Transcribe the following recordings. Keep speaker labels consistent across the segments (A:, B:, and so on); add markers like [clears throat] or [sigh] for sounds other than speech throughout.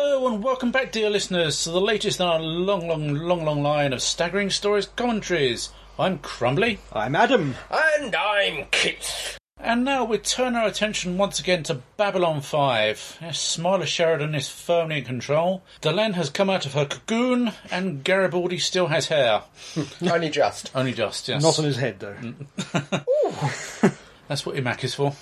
A: Welcome back, dear listeners, to the latest in our long, long, long, long line of staggering stories commentaries. I'm Crumbly.
B: I'm Adam.
C: And I'm Kit.
A: And now we turn our attention once again to Babylon 5. Yes, Smiler Sheridan is firmly in control. Delenn has come out of her cocoon, and Garibaldi still has hair.
C: Only just.
A: Only just, yes.
B: Not on his head, though.
A: That's what IMAC is for.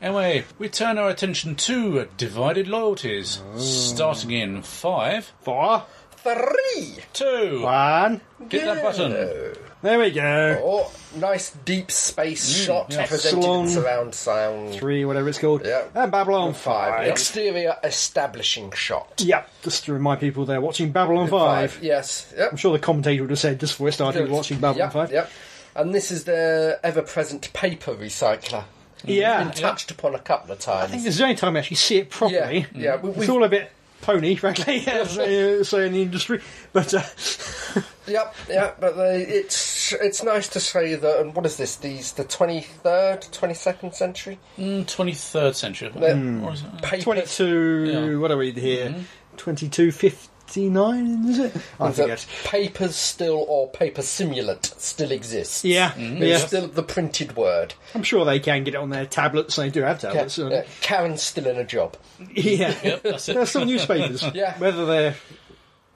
A: [laughs] anyway, we turn our attention to Divided Loyalties, starting in five,
B: Four,
C: Three.
A: two.
B: one.
A: Hit that button.
B: There we go.
C: Oh, nice deep space shot
A: yeah.
C: presented
B: Salon.
C: in surround sound.
B: Three, whatever it's called.
C: Yeah.
B: And Babylon 5.
C: Exterior establishing shot.
B: Yep, just to remind people they're watching Babylon 5.
C: Five. Yes. Yep.
B: I'm sure the commentator would have said just before it started watching Babylon
C: yep,
B: 5.
C: Yep. And this is the ever-present paper recycler.
B: Yeah.
C: Touched upon a couple of
B: I think
C: times.
B: this is the only time I actually see it properly. Mm.
C: Yeah, yeah, we-
B: it's
C: we've-
B: all a bit pony, frankly, [laughs] as they uh, say in the industry.
C: [laughs]
B: But uh,
C: Yep, yep. But they, it's it's nice to say that. And what is this? These the twenty third, twenty second century.
A: Mm, 23rd century.
C: Mm.
A: Or is it?
C: Paper
B: 22,
A: Yeah.
B: what are we here? 2259, is it? I
C: Mm-hmm. that
B: forget.
C: papers still or paper simulant still exists.
B: Yeah,
C: It's
B: yeah.
C: still the printed word.
B: I'm sure they can get it on their tablets. They do have
C: Ca-
B: tablets.
C: uh,
B: Yeah,
C: Karen's still in a job.
B: yeah.
A: Yep, that's
B: they're
A: it.
B: still newspapers.
C: [laughs] Yeah. Mm.
B: whether they're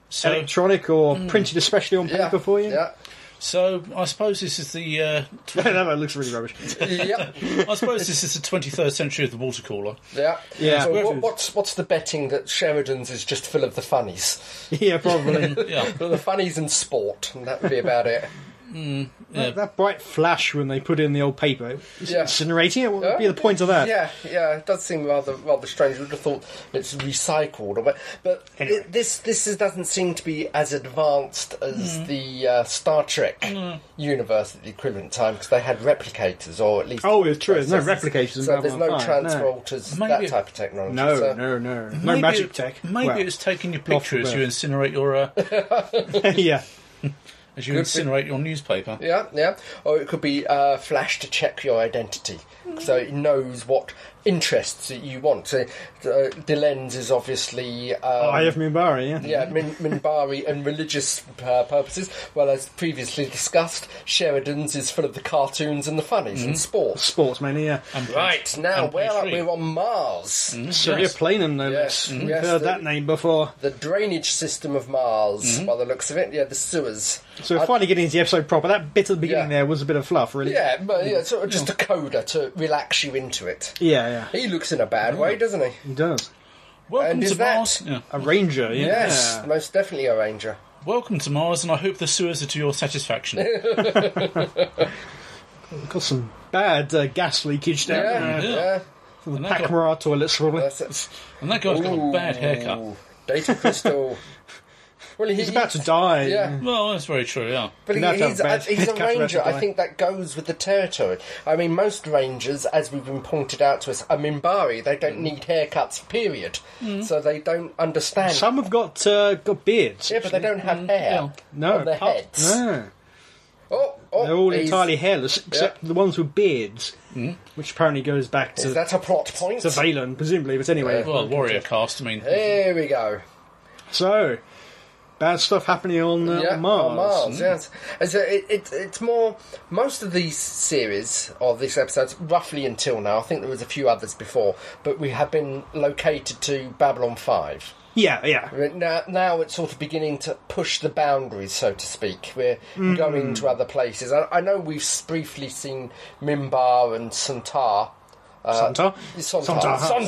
A: So,
B: electronic or printed, especially on paper
C: Yeah,
B: for [laughs] you.
C: Yeah.
A: so I suppose this is the uh, tw-
B: that looks really rubbish.
C: yep.
A: I suppose this is the 23rd century of the water cooler.
C: Yeah.
B: Yeah.
C: So what, what's what's the betting that Sheridan's is just full of the funnies?
B: yeah,
C: [laughs]
B: probably.
A: Yeah,
C: Well, the funnies and sport, and that would be about it.
A: yeah.
B: That bright flash when they put in the old paper, is
C: Yeah.
B: it incinerating it? What would be the point of that?
C: Yeah, yeah, it does seem rather rather strange. You would have thought it's recycled, or what- but
B: Anyway.
C: it, this this is, doesn't seem to be as advanced
B: Mm.
C: as the uh, Star Trek universe at the equivalent time because they had replicators, or at least
B: Oh, it's true. There's no
C: processors.
B: replicators in
C: So there's
B: Babylon
C: no
B: five, no.
C: transporters,
A: Maybe-
C: that type of technology.
B: No,
C: so,
B: no, [laughs] no, no
A: Maybe
B: magic
A: it-
B: tech.
A: Maybe
B: Well,
A: it's taking your
B: off
A: picture as
B: the
A: you incinerate your uh,
B: [laughs] yeah,
A: as you incinerate your newspaper.
C: Yeah, yeah. Or it could be uh, flash to check your identity,
B: Mm.
C: so it knows what interests that you want. So, uh, the lens is obviously. Um,
B: Oh, I have Mimbari. Yeah,
C: Yeah, min- Minbari and religious uh, purposes. Well, as previously discussed, Sheridan's is full of the cartoons and the funnies
B: Mm.
C: and sports.
B: sports mainly. Yeah,
C: Right, now
A: and
C: we're,
A: pastry.
C: we're on Mars.
B: Surya
A: yes.
B: Planum, no less.
C: Yes,
B: We've
C: yes,
B: Mm-hmm. heard
C: the-
B: that name before.
C: The drainage system of Mars, by the looks of it. Yeah, the sewers.
B: Mm-hmm. So we're
C: Uh,
B: finally getting into the episode proper. That bit at the beginning
C: Yeah.
B: there was a bit of fluff, really.
C: yeah, but yeah, sort of just a coda to relax you into it.
B: yeah, Mm. yeah. Mm.
C: He looks in a bad way, doesn't he?
B: He does.
A: Welcome
C: And
A: to
C: is that-
A: Mars. Yeah.
B: A ranger, yeah.
C: Yes,
B: Yeah.
C: most definitely a ranger.
A: Welcome to Mars, and I hope the sewers are to your
C: [laughs]
A: satisfaction.
B: Got some bad uh, gas leakage down
C: Yeah, Mm-hmm.
B: there.
C: yeah.
B: From the
A: And that got-
B: Pakmara toilets, probably.
C: That's it.
A: And that guy's got a bad haircut.
C: Ooh, Data
B: [laughs]
C: crystal. well, he-
B: He's about to die.
C: Yeah.
A: Well, that's very true. Yeah.
C: But
B: Not
C: he,
B: that
C: he's,
B: bad.
C: I- he's a
B: Cut
C: ranger.
B: rate
C: I
B: guy.
C: think that goes with the territory. I mean, most rangers, as we've been pointed out to us, are Mimbari. They
B: Mm.
C: don't need haircuts, period. So they don't understand.
B: Some have got uh, got beards.
C: yeah, but they don't have hair
B: no,
C: on their
B: apart-
C: heads.
B: No.
C: Oh, oh,
B: They're all
C: is-
B: entirely hairless except the ones with beards, which apparently goes back
C: Mm-hmm. Is
B: to,
C: that a plot point?
B: to Valen, presumably. But anyway,
A: Well, warrior cast. I mean,
C: There we go.
B: so bad stuff happening on uh,
C: Yeah,
B: Mars.
C: on Mars, yes. And so it, it, it's more. Most of these series, or these episodes, roughly until now, I think there was a few others before, but we have been located to Babylon 5.
B: Yeah, yeah.
C: Right, Now, now it's sort of beginning to push the boundaries, so to speak. We're
B: Mm.
C: going to other places. I, I know we've s- briefly seen Mimbar and Santar. Uh,
B: Santar?
C: Santar.
B: Santar.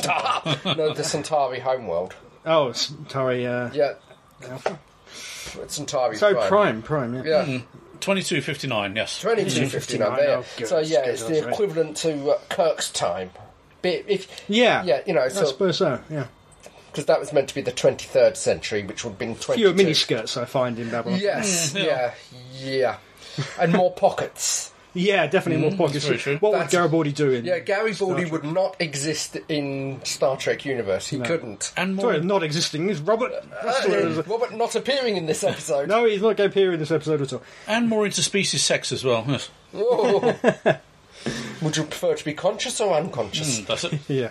B: [laughs]
C: Santar. no, the Santari homeworld.
B: Oh, Centauri. Uh,
C: Yeah,
B: Alpha.
C: Santari.
B: So Prime,
C: Prime.
B: Prime, yeah.
C: Yeah.
A: twenty-two fifty-nine. Yes.
C: 2259
B: 59,
C: there.
B: oh, good,
C: so yeah,
B: good,
C: it's
B: that's
C: the
B: right.
C: equivalent to uh, Kirk's time. Bit if
B: Yeah,
C: yeah, you know,
B: I
C: so
B: suppose so, yeah.
C: because that was meant to be the 23rd century, which would have been 22.
B: Fewer miniskirts I find in Babylon.
C: Yes,
A: Mm,
C: yeah,
A: yeah.
C: yeah, and more pockets.
B: Yeah, definitely more pockets.
A: very true.
B: What would
C: That's-
B: Garibaldi do in?
C: Yeah, Gary Baldy
B: Trek.
C: would not exist in Star Trek universe. He couldn't.
A: And more.
B: Sorry, not existing. Is Robert? that's the
C: Uh,
B: word.
C: Robert not appearing in this episode.
B: no, he's not going to appear in this episode at all.
A: And more interspecies sex as well. Yes.
B: [laughs]
C: Whoa.
A: Hmm,
C: [laughs] would you prefer to be conscious or unconscious?
A: Mm, That's it.
B: Yeah.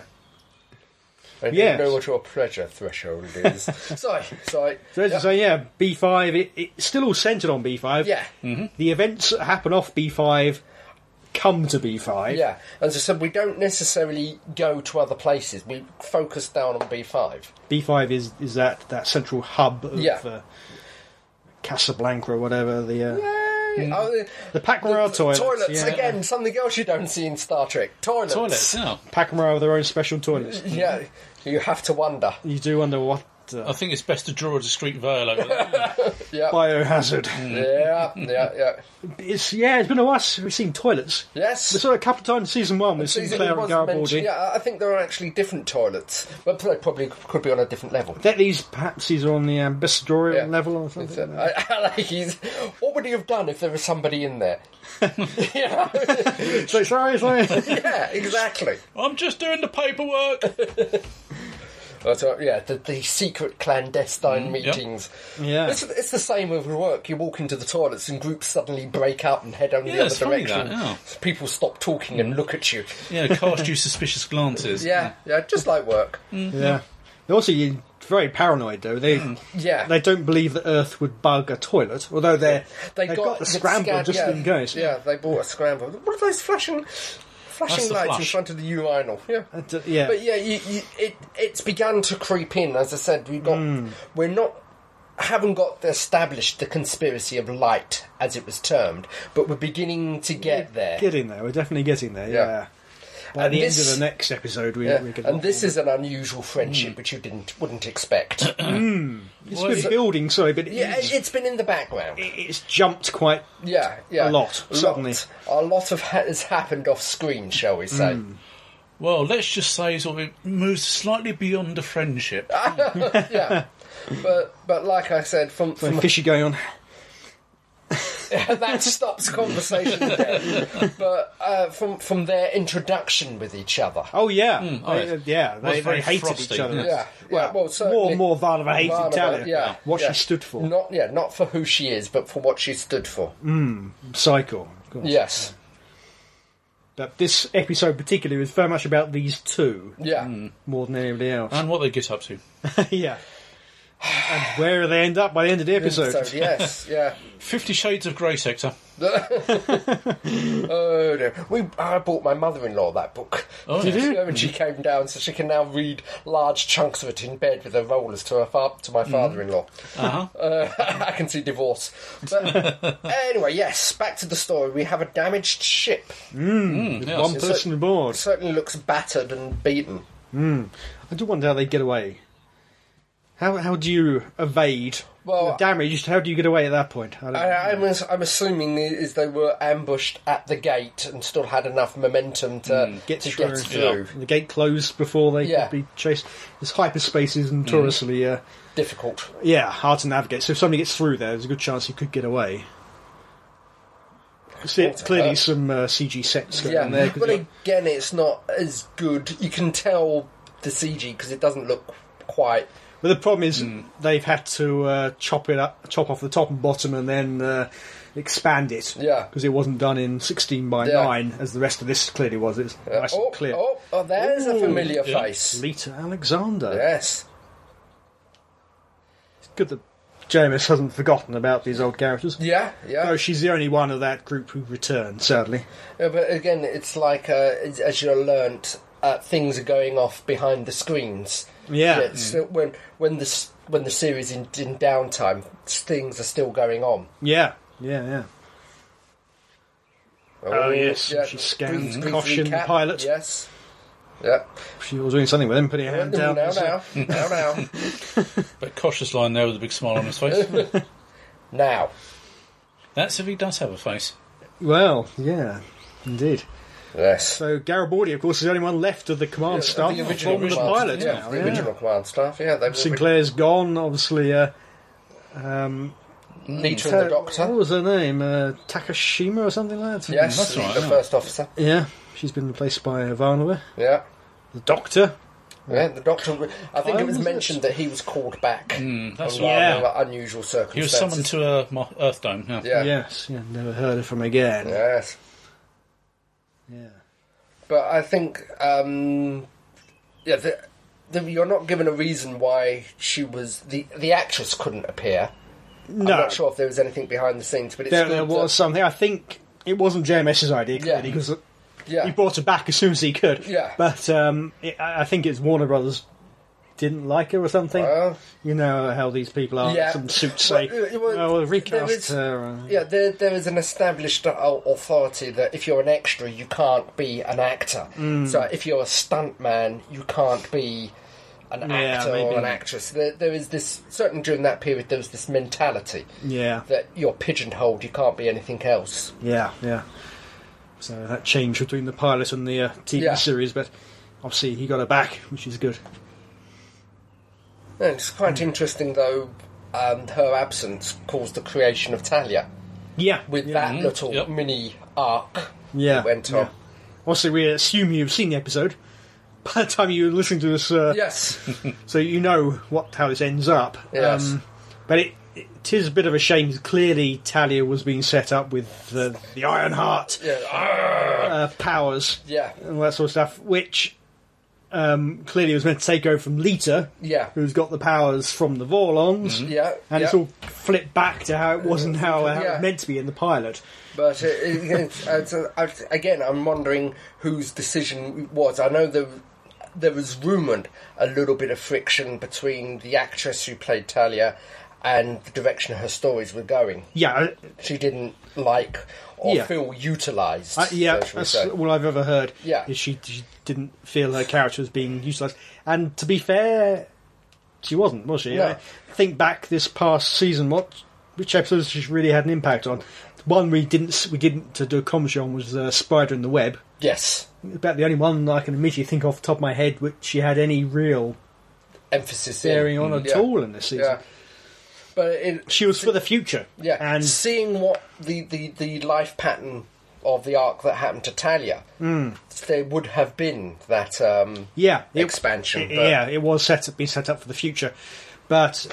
C: And
B: Yes.
C: you know what your pleasure threshold
B: [laughs]
C: is. so, so,
B: So as I say, yeah, B five. It, it's still all centered on B five.
C: yeah,
B: The events that happen off B five come to B five.
C: yeah. As I said, we don't necessarily go to other places. We focus down on B5.
B: B five is is that that central hub of
C: Yeah.
B: uh, Casablanca or whatever the uh,
C: Oh,
B: the Pakmara toilets.
C: toilets
B: yeah.
C: again, something else you don't see in Star Trek. Toilets.
A: Toilets, yeah.
B: Pakmara have their own special toilets.
C: [laughs] Yeah, you have to wonder.
B: You do wonder what
A: I
B: uh,
A: think it's best to draw a discreet veil over that.
C: Yeah,
B: biohazard.
C: Mm. yeah, yeah, yeah.
B: It's yeah, it's been a while since we've seen toilets.
C: Yes.
B: We saw it a couple of times in season one. We've seen
C: Season
B: Claire and
C: was mentioned-
B: Garibaldi.
C: Yeah, I think there are actually different toilets, but they probably could be on a different level.
B: That these perhaps he's on the ambassadorial
C: Yeah.
B: level or
C: It's,
B: something.
C: uh, I, [laughs] I like he's, what would he have done if there was somebody in there? You know?
B: so sorry, sorry.
C: [laughs] yeah, exactly.
A: [laughs] I'm just doing the paperwork.
C: That's right, uh, yeah, the, the secret clandestine
A: Mm,
C: meetings.
B: yeah.
C: It's, it's the same with work. You walk into the toilets and groups suddenly break up and head in
A: Yeah,
C: the other
A: it's funny
C: direction.
A: that, yeah.
C: People stop talking and look at you.
A: yeah, cast you suspicious glances.
C: Yeah, yeah, just like work.
B: Yeah. They're also you- very paranoid though. They
C: [clears throat] Yeah.
B: they don't believe that Earth would bug a toilet, although they're
C: They
B: they've got, the scramble
C: scan-
B: just
C: yeah,
B: in case.
C: Yeah, they bought a scramble. What are those flashing, flashing
A: That's the
C: lights in
A: flush.
C: front of the urinal? Yeah.
B: And, uh, yeah.
C: But yeah, you, you, it it's begun to creep in. As I said, we've got
B: Hmm.
C: we're not haven't got established the conspiracy of light as it was termed, but we're beginning to get there.
B: Getting there, we're definitely getting there. Yeah.
C: Yeah.
B: By
C: And
B: the
C: this-
B: end of the next episode, we,
C: Yeah.
B: we get. Hmm. a
C: And
B: lot
C: this
B: more.
C: is an unusual friendship which you didn't wouldn't expect.
B: [coughs] it's been building, sorry, but
C: yeah,
B: it's,
C: it's been in the background.
B: it's jumped quite.
C: Yeah, yeah,
B: A lot, suddenly.
C: A lot of ha- has happened off screen, shall we say?
B: Hmm.
A: Well, let's just say sort of it moves slightly beyond a friendship.
C: Ah. yeah, but but like I said, from
B: When
C: from
B: fishy going on.
C: [laughs] that stops conversation dead. But uh, from from their introduction with each other,
B: Oh yeah,
A: oh,
B: They-
A: yes.
B: yeah. They,
A: Was very
B: they hated
A: frosty,
B: each other.
A: yes.
C: yeah, yeah.
B: Well,
C: Well,
B: more
C: certainly
B: and more Varnava hated
C: Varnava,
B: Talia.
C: yeah,
B: What
C: yeah.
B: she stood for. Mm.
C: Not yeah, not for who she is, but for what she stood for.
B: Psycho. of course.
C: Yes,
B: But this episode particularly was very much about these two
C: yeah.
B: more than anybody else.
A: And what they get up to.
B: [laughs] yeah. And where do they end up by the end of the episode?
C: So yes, yeah.
A: Fifty Shades of Grey sector.
C: Oh dear. We, I bought my mother-in-law that book.
A: Oh, Did yes.
B: you?
C: Yeah, When she came down, so she can now read large chunks of it in bed with her rollers to her fa- to
B: Mm.
C: my father-in-law.
A: Uh-huh.
C: Uh, [laughs] I can see divorce.
B: [laughs]
C: But anyway, yes, back to the story. We have a damaged ship.
A: [laughs] Yes.
B: One person aboard.
C: It certainly looks battered and beaten.
B: I do wonder how they get away. How how do you evade
C: Well,
B: the damage? How do you get away at that point? I don't
C: I, I'm, as- I'm assuming i- is they were ambushed at the gate and still had enough momentum to
B: Mm, get
C: to
B: through.
C: get through.
B: The gate closed before they
C: Yeah.
B: could be chased. This hyperspace is notoriously uh,
C: Difficult.
B: yeah hard to navigate. So if somebody gets through there, there's a good chance he could get away. See, clearly, some uh, CG sets going
C: Oh, Yeah,
B: on there. 'cause
C: but
B: you-
C: again, it's not as good. You can tell the CG because it doesn't look quite.
B: But the problem is
C: Hmm.
B: they've had to uh, chop it up, chop off the top and bottom, and then uh, expand it.
C: Yeah.
B: because it wasn't done in sixteen by
C: Yeah.
B: nine as the rest of this clearly was. It's nice
C: oh,
B: and clear.
C: oh, oh, there's a
B: Ooh.
C: familiar
A: Yeah.
C: face.
B: Lita Alexander.
C: Yes.
B: It's good that James hasn't forgotten about these old characters.
C: Yeah, yeah.
B: No, she's the only one of that group who returned. Sadly,
C: Yeah, Uh, but again, it's like uh, as- as you learnt, uh, things are going off behind the screens.
B: Yeah.
C: so when when the s- when the series in, in downtime, s- things are still going on.
B: yeah, yeah, yeah. Oh, yes, she scanned Koshin, the
C: recap,
B: pilot.
C: Yes. Yeah.
B: She was doing something with him, putting her hand
C: Now,
B: down.
C: now,
B: as a-
C: now, now,
B: [laughs]
C: now,
A: But cautious line there with a big smile on his face.
C: [laughs] now.
A: That's if he does have a face.
B: Well, yeah, indeed.
C: Yes.
B: So Garibaldi, of course, is the only one left of the command staff
C: the
B: from the
C: command-
B: pilot
C: yeah,
B: now.
C: the
B: yeah.
C: original command staff. Yeah, they were
B: Sinclair's gone, obviously. Uh, um,
C: Nita and the
B: What
C: Doctor.
B: was her name? Uh, Takashima or something like that?
C: Yes,
A: That's right,
C: the
A: yeah.
C: first officer.
B: Yeah, she's been replaced by Ivanova.
C: Yeah.
B: The Doctor.
C: Yeah, the doctor. I think it was
B: was it?
C: mentioned that he was called back. Mm,
A: that's
B: right.
C: unusual circumstances.
A: Hmm. He was summoned to uh, Mo- Earth Dome. Yeah.
C: Yeah.
B: Yes, yeah, never heard of him again.
C: Yes.
B: Yeah.
C: But I think, um, yeah, the, the, you're not given a reason why she was the the actress couldn't appear.
B: No,
C: I'm not sure if there was anything behind the scenes, but it's
B: there,
C: good
B: there
C: that-
B: was something. I think it wasn't JMS's idea clearly
C: Yeah.
B: because
C: yeah,
B: he brought her back as soon as he could.
C: Yeah.
B: but um, it, I I think it's Warner Brothers didn't like her or something.
C: Well.
B: you know how these people are.
C: Yeah.
B: Some suits say,
C: Well, uh, well,
B: "Oh, we'll
C: there
B: recast
C: is-
B: her." uh,
C: yeah. There, there is an established uh, authority that if you're an extra, you can't be an actor.
B: Mm.
C: So if you're a stuntman, you can't be an
B: Yeah,
C: actor
B: maybe.
C: or an actress. There, there is this certainly during that period there was this mentality
B: yeah,
C: that you're pigeonholed, you can't be anything else.
B: yeah, yeah. So that change between the pilot and the uh, TV
C: Yeah.
B: series, but obviously he got her back, which is good.
C: No, it's quite
B: Mm.
C: interesting though. Um, her absence caused the creation of Talia
B: Yeah,
C: with
B: yeah, Mm.
C: that little
A: Yep.
C: mini arc
B: yeah,
C: that went
B: yeah.
C: on.
B: Obviously, we assume you've seen the episode. [laughs] By the time you listen to this, uh, [laughs]
C: Yes,
B: so you know what how this ends up. Um,
C: Yes.
B: but it, it is a bit of a shame. 'cause Clearly, Talia was being set up with the, the Iron Heart
C: yeah, Arrgh.
B: uh, powers
C: yeah,
B: and all that sort of stuff, which um, clearly was meant to take over from Lita,
C: yeah,
B: who's got the powers from the Vorlons.
C: yeah.
B: And it's
C: yeah.
B: all flipped back to how it was and how, how it
C: Yeah.
B: was meant to be in the pilot.
C: But uh, it- it's- uh, it's- again, I'm wondering whose decision it was. I know there, there was rumoured a little bit of friction between the actress who played Talia and the direction her stories were going.
B: Yeah, I-
C: She didn't like or
B: Yeah.
C: feel utilised.
B: I, Uh, yeah,
C: so shall we
B: that's
C: say.
B: all I've ever heard.
C: Yeah.
B: is she, she didn't feel her character was being utilised, and to be fair, she wasn't, was she?
C: No.
B: I think back this past season, what which episodes she really had an impact on? The One we didn't s- we didn't to do a commentary on was uh, Spider and the Web.
C: Yes,
B: About the only one I can immediately think off the top of my head which she had any real
C: emphasis in-
B: bearing on at
C: Mm, yeah.
B: all in this season.
C: Yeah. But it,
B: She was for the future.
C: yeah,
B: and
C: seeing what the, the, the life pattern of the arc that happened to Talia,
B: Hmm.
C: there would have been that um,
B: yeah, it-
C: expansion.
B: it-
C: but-
B: yeah, it was set up, being set up for the future, but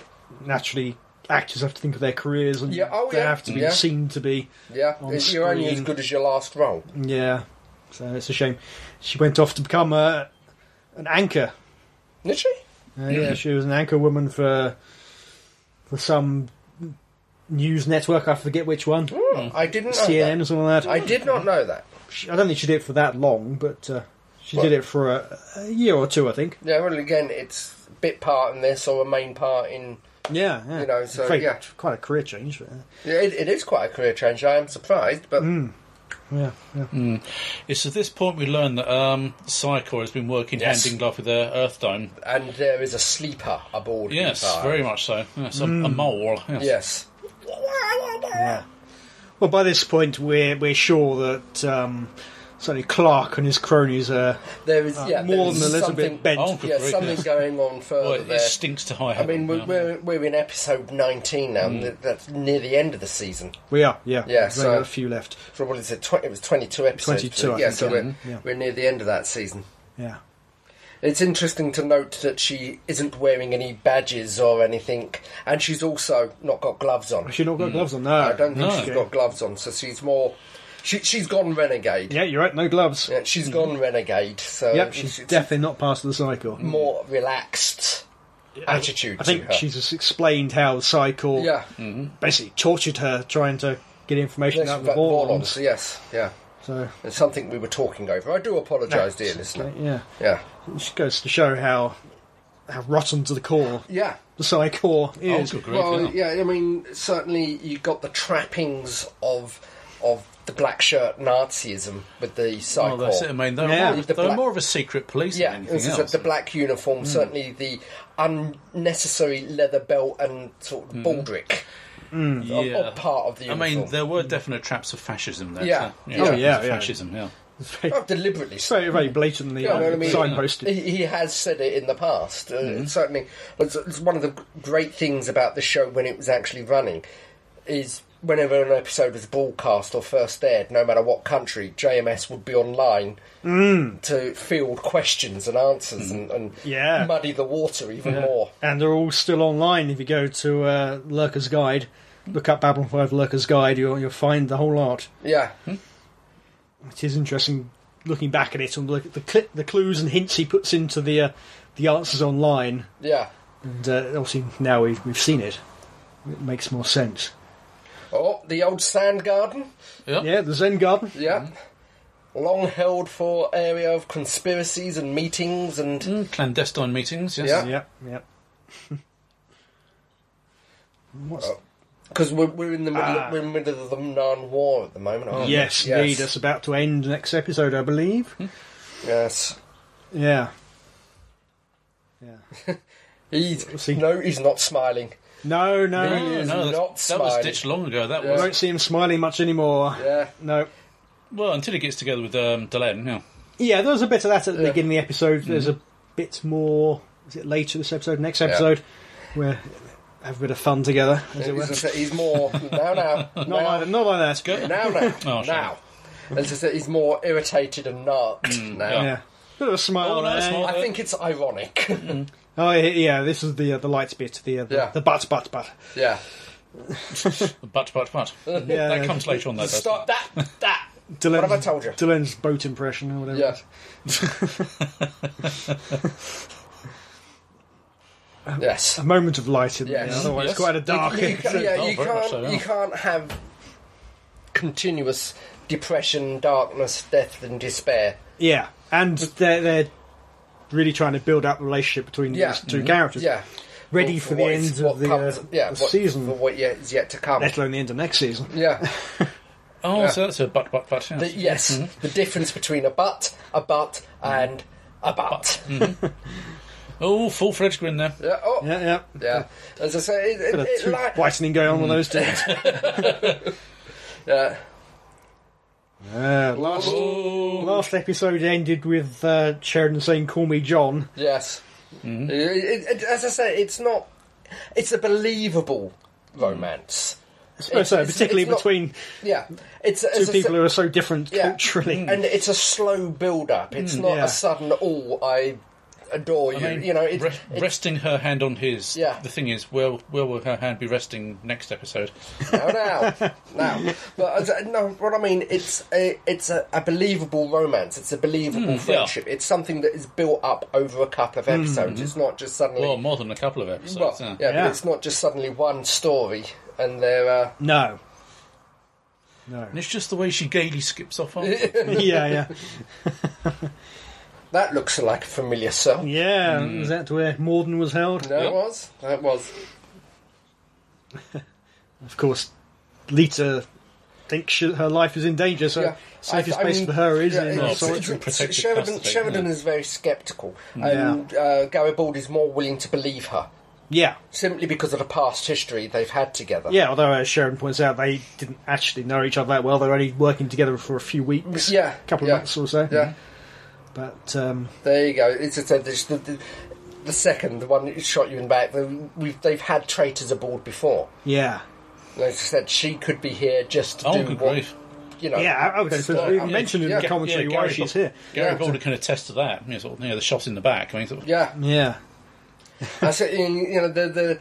B: naturally, actors have to think of their careers and
C: Yeah, oh,
B: they
C: yeah.
B: have to be
C: Yeah.
B: seen to be.
C: Yeah,
B: on
C: it- you're only as
B: screen.
C: good as your last role.
B: Yeah, so it's a shame. She went off to become a, an anchor.
C: Did she?
B: Uh, Yeah, she was an anchor woman for for some news network. I forget which one.
C: Hmm, I didn't know
B: CNN or something like
C: that. I
B: that.
C: did not know that.
B: She- I, don't think she did it for that long, but uh, she
C: Well-
B: did it for a, a year or two, I think.
C: Yeah, well, again, it's a bit part in this or a main part in.
B: Yeah, yeah.
C: You know, so,
B: quite,
C: yeah.
B: quite a career change. But, uh,
C: Yeah, It, it is quite a career change. I am surprised, but
B: Hmm. yeah, yeah.
A: It's at this point we learn that um, Psycor has been working
C: Yes.
A: hand in glove with the Earth Dome.
C: and there is a sleeper aboard.
A: Yes,
C: Empire.
A: very much so. Yes, a, a mole. Yes.
C: Mm. Yes.
B: Yeah. Well, by this point, we're we're sure that um, certainly Clark and his cronies are
C: There is yeah, there
B: more
C: is
B: than a little
C: something-
B: bit bent.
A: Oh, good
C: Yeah,
A: grief,
C: something
A: yes.
C: going on further
A: Well, it,
C: there.
A: stinks to high
C: I
A: heaven.
C: mean, we're,
A: yeah.
C: we're, we're in episode 19 now,
B: Hmm.
C: and th- that's near the end of the season.
B: We are, yeah,
C: Yeah,
B: We've only
C: so-
B: got a few left.
C: So, what is it? 20, it was 22 episodes.
B: 22, I
C: yeah,
B: think,
C: so
B: yeah.
C: We're,
B: Yeah.
C: we're near the end of that season.
B: Yeah,
C: It's interesting to note that she isn't wearing any badges or anything, and she's also not got gloves on.
B: has she not got gloves on? No,
C: Hmm. I don't think
A: No.
C: she's got gloves on, so she's more. She, she's gone renegade.
B: Yeah, you're right. No gloves.
C: Yeah, she's gone renegade, so
B: Yep, she's
C: it's
B: definitely not part of the cycle.
C: more relaxed attitude
B: I think
C: to her.
B: she's just explained how the cycle
C: yeah,
B: basically tortured her trying to get information
C: Yes,
B: out of the
C: but
B: Vorlons.
C: Vorlons, Yes, yeah.
B: So,
C: It's something we were talking over. I do apologise, dear listener.
B: yeah,
C: Yeah,
B: it just goes to show how how rotten to the core
C: yeah.
B: the cycle is.
A: Oh, good grief,
C: Well,
A: yeah.
C: yeah. I mean, certainly you got the trappings of of the black shirt Nazism with the
A: Well,
C: cycle.
A: Oh, that's it. I mean, they're,
B: Yeah.
A: more,
C: The
A: they're
C: black-
A: more of a secret police
C: yeah,
A: than
C: this
A: anything
C: is
A: else. Hmm.
C: the black uniform. Certainly the unnecessary leather belt and sort of baldric are-
A: Hmm. yeah.
C: are, part of the
A: I
C: uniform. Hmm.
A: mean, there were definite traps of fascism there.
C: Yeah.
A: so,
C: Oh,
A: trappings
B: yeah,
A: of
B: yeah.
A: fascism. Yeah,
B: It's very,
C: Not deliberately. so.
B: very, very blatantly
C: Yeah, well, I mean,
B: signposted. Mm-hmm.
C: He, he has said it in the past. Uh, Certainly, it's, it's one of the great things about the show when it was actually running is whenever an episode was broadcast or first aired, no matter what country, JMS would be online
B: Mm.
C: to field questions and answers and, and
B: Yeah.
C: muddy the water even
B: Yeah.
C: more.
B: And they're all still online. If you go to uh, Lurker's Guide, look up Babylon Hmm? 5 Lurker's Guide, you'll, you'll find the whole lot.
C: Yeah,
B: It is interesting looking back at it and the the, cli the clues and hints he puts into the uh, the answers online,
C: Yeah.
B: and uh, obviously now we've we've seen it, it makes more sense.
C: Oh, the old sand garden.
B: Yeah, the Zen Garden.
C: Yeah.
B: Mm-hmm.
C: Long held for area of conspiracies and meetings and
A: Mm, clandestine meetings, yes.
C: Yeah.
B: Yeah, yeah. What's
C: because we're, we're in the middle
B: Ah.
C: we're in the middle of the Nan War at the moment, aren't
B: Yes,
C: we?
B: indeed. That's about to end next episode, I believe.
C: Yes.
B: Yeah. Yeah.
C: He's
B: see.
C: no, he's not smiling.
B: No, no.
A: Oh,
C: is
A: no,
C: not
A: that's- that was
C: smiling.
A: ditched long ago. That
B: I
A: was
B: don't see him smiling much anymore.
C: Yeah.
B: No.
A: well until he gets together with um, Delenn. Yeah,
B: Yeah, there was a bit of that at the
C: Yeah.
B: beginning of the episode. There's a bit more. Is it later this episode? Next episode, where have a bit of fun together, as it were. [laughs]
C: He's, he's more now now now
B: Not like, not like that.
A: Go-
C: [laughs] now
B: [laughs]
C: now
A: Oh, shit.
C: now. As I said, he's more irritated and narked now.
B: Yeah. Bit of a smile.
A: Oh, no,
B: there.
A: smile.
C: I think it's ironic. [laughs]
B: Oh, yeah, yeah. This is the uh, the lights bit. The uh, the,
C: Yeah.
B: the butt, butt, butt.
C: yeah.
A: but but but
B: Yeah,
A: that
B: yeah.
A: comes later on though. doesn't
C: [laughs] Stop Uh, that that.
B: Dylan's,
C: have I told you?
B: Dylan's boat impression or whatever. it
C: Yeah.
B: is. [laughs]
C: yes.
B: A moment of light in
C: Yes.
B: there. Otherwise,
A: Yes.
B: it's quite a dark.
C: [laughs]
B: [laughs]
C: You, ca- yeah,
A: Oh, very
C: you can't
A: much so, yeah.
C: you can't have continuous depression, darkness, death, and despair.
B: Yeah, and they're, they're really trying to build up the relationship between
C: Yeah.
B: these 2 characters.
C: Yeah,
B: Ready
C: Well,
B: for, the
C: what
B: end
C: is-
B: of
C: what
B: the,
C: comes-
B: uh,
C: yeah,
B: the
C: what-
B: season,
C: for what yet is yet to come.
B: let alone the end of next season.
C: [laughs] Yeah,
A: it? Oh, so that's a but but but. Yeah.
C: The- yes,
B: Mm-hmm.
C: the difference between a butt, a butt,
B: Mm.
C: and a butt.
A: Oh, full fledged grin there.
C: Yeah, oh, yeah.
B: Yeah, yeah.
C: As I say, it,
B: Bit
C: it,
B: of
C: it
B: tooth
C: like,
B: whitening going on with those
C: [laughs]
B: two. yeah,
C: yeah,
B: last, last episode ended with uh, Sheridan saying, call me John.
C: yes.
A: Mm-hmm.
C: It- it- it- as I say, it's not. It's a believable romance.
B: Mm. I suppose so,
C: it's-
B: particularly
C: it's not-
B: between
C: Yeah, it's
B: two
C: as I say-
B: people who are so different
C: Yeah. Mm.
B: culturally.
C: and it's a slow build up. It's not
B: Mm, yeah.
C: a sudden "oh, I adore you."
A: I mean,
C: you know, it,
A: re- resting her hand on his.
C: Yeah.
A: The thing is, where where will her hand be resting next episode?
C: now,
B: [laughs]
C: now, now. But as I- no, what I mean, it's a, it's a, a believable romance. It's a
B: Mm,
C: believable friendship. It's something that is built up over a couple of
B: Mm-hmm.
C: episodes. It's not just suddenly.
A: Well, more than a couple of
C: well,
A: episodes.
C: yeah,
A: yeah.
B: Yeah.
C: but it's not just suddenly one story and they're. Uh, [laughs]
B: No. No.
A: And it's just the way she gaily skips off. [laughs] After.
B: yeah, yeah.
C: that looks like a familiar cell.
B: Yeah, is that where Morden was held?
C: No,
A: Yep.
C: it was. That was.
B: Of course, Lita thinks she, her life is in danger, so
C: Yeah.
B: safest
C: I- I
B: place
C: mean,
B: for her is
C: yeah,
B: in
A: it's-
B: solitary.
A: it's- protected
C: Sheridan,
A: custody,
C: Sheridan
A: yeah.
C: is very sceptical, and uh, Garibaldi is more willing to believe her
B: Yeah,
C: simply because of the past history they've had together.
B: yeah. Although, as Sharon points out, they didn't actually know each other that well. They're only working together for a few weeks,
C: Yeah,
B: a couple
C: yeah,
B: of months or so.
C: yeah.
B: But um,
C: There you go. It's, it's, it's the, the, the second, the one that shot you in the back. the- We've, they've had traitors aboard before.
B: yeah,
C: Like I said, she could be here just to
A: Oh,
C: do
A: good
C: what
A: grief.
C: you know.
B: yeah. I- I was
C: Yeah,
B: going to
C: I mean,
B: mention in
C: yeah,
B: the commentary
A: yeah,
B: why
A: Gary
B: she's
A: Bol-
B: here.
A: Gary
C: Yeah.
A: Balder can attest to that. You know, sort of, you know, the shot in the back. I mean, sort of-
C: Yeah,
B: Yeah,
C: I said, you you know the the.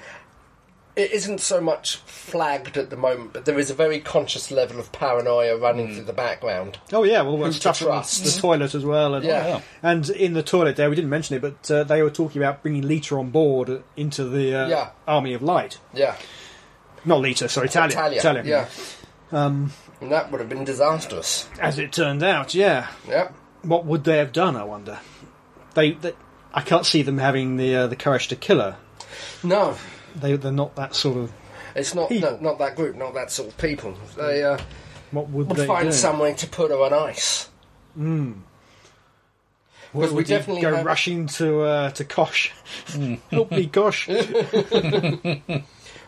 C: It isn't so much flagged at the moment, but there is a very conscious level of paranoia
B: Hmm.
C: running through the background.
B: Oh yeah, well, well
C: to
B: stuff in
C: trust.
B: the toilet as well, and
C: Yeah.
A: Yeah.
B: and in the toilet there we didn't mention it, but uh, they were talking about bringing Lita on board into the uh,
C: Yeah.
B: Army of Light.
C: Yeah,
B: Not Lita, sorry, Talia.
C: Talia.
B: Talia.
C: Yeah,
B: Um,
C: and that would have been disastrous.
B: As it turned out, yeah.
C: Yeah,
B: What would they have done? I wonder. They, they I can't see them having the uh, the courage to kill her.
C: no,
B: They, they're not that sort of.
C: it's not
B: People.
C: not, not that group, not that sort of people. They uh,
B: What would
C: would
B: they
C: find
B: do?
C: somewhere to put her on ice.
B: would
C: we
B: would they
C: definitely
B: go
C: have-
B: rushing to uh, to Kosh. [laughs] Help me,
C: [laughs]
B: Kosh.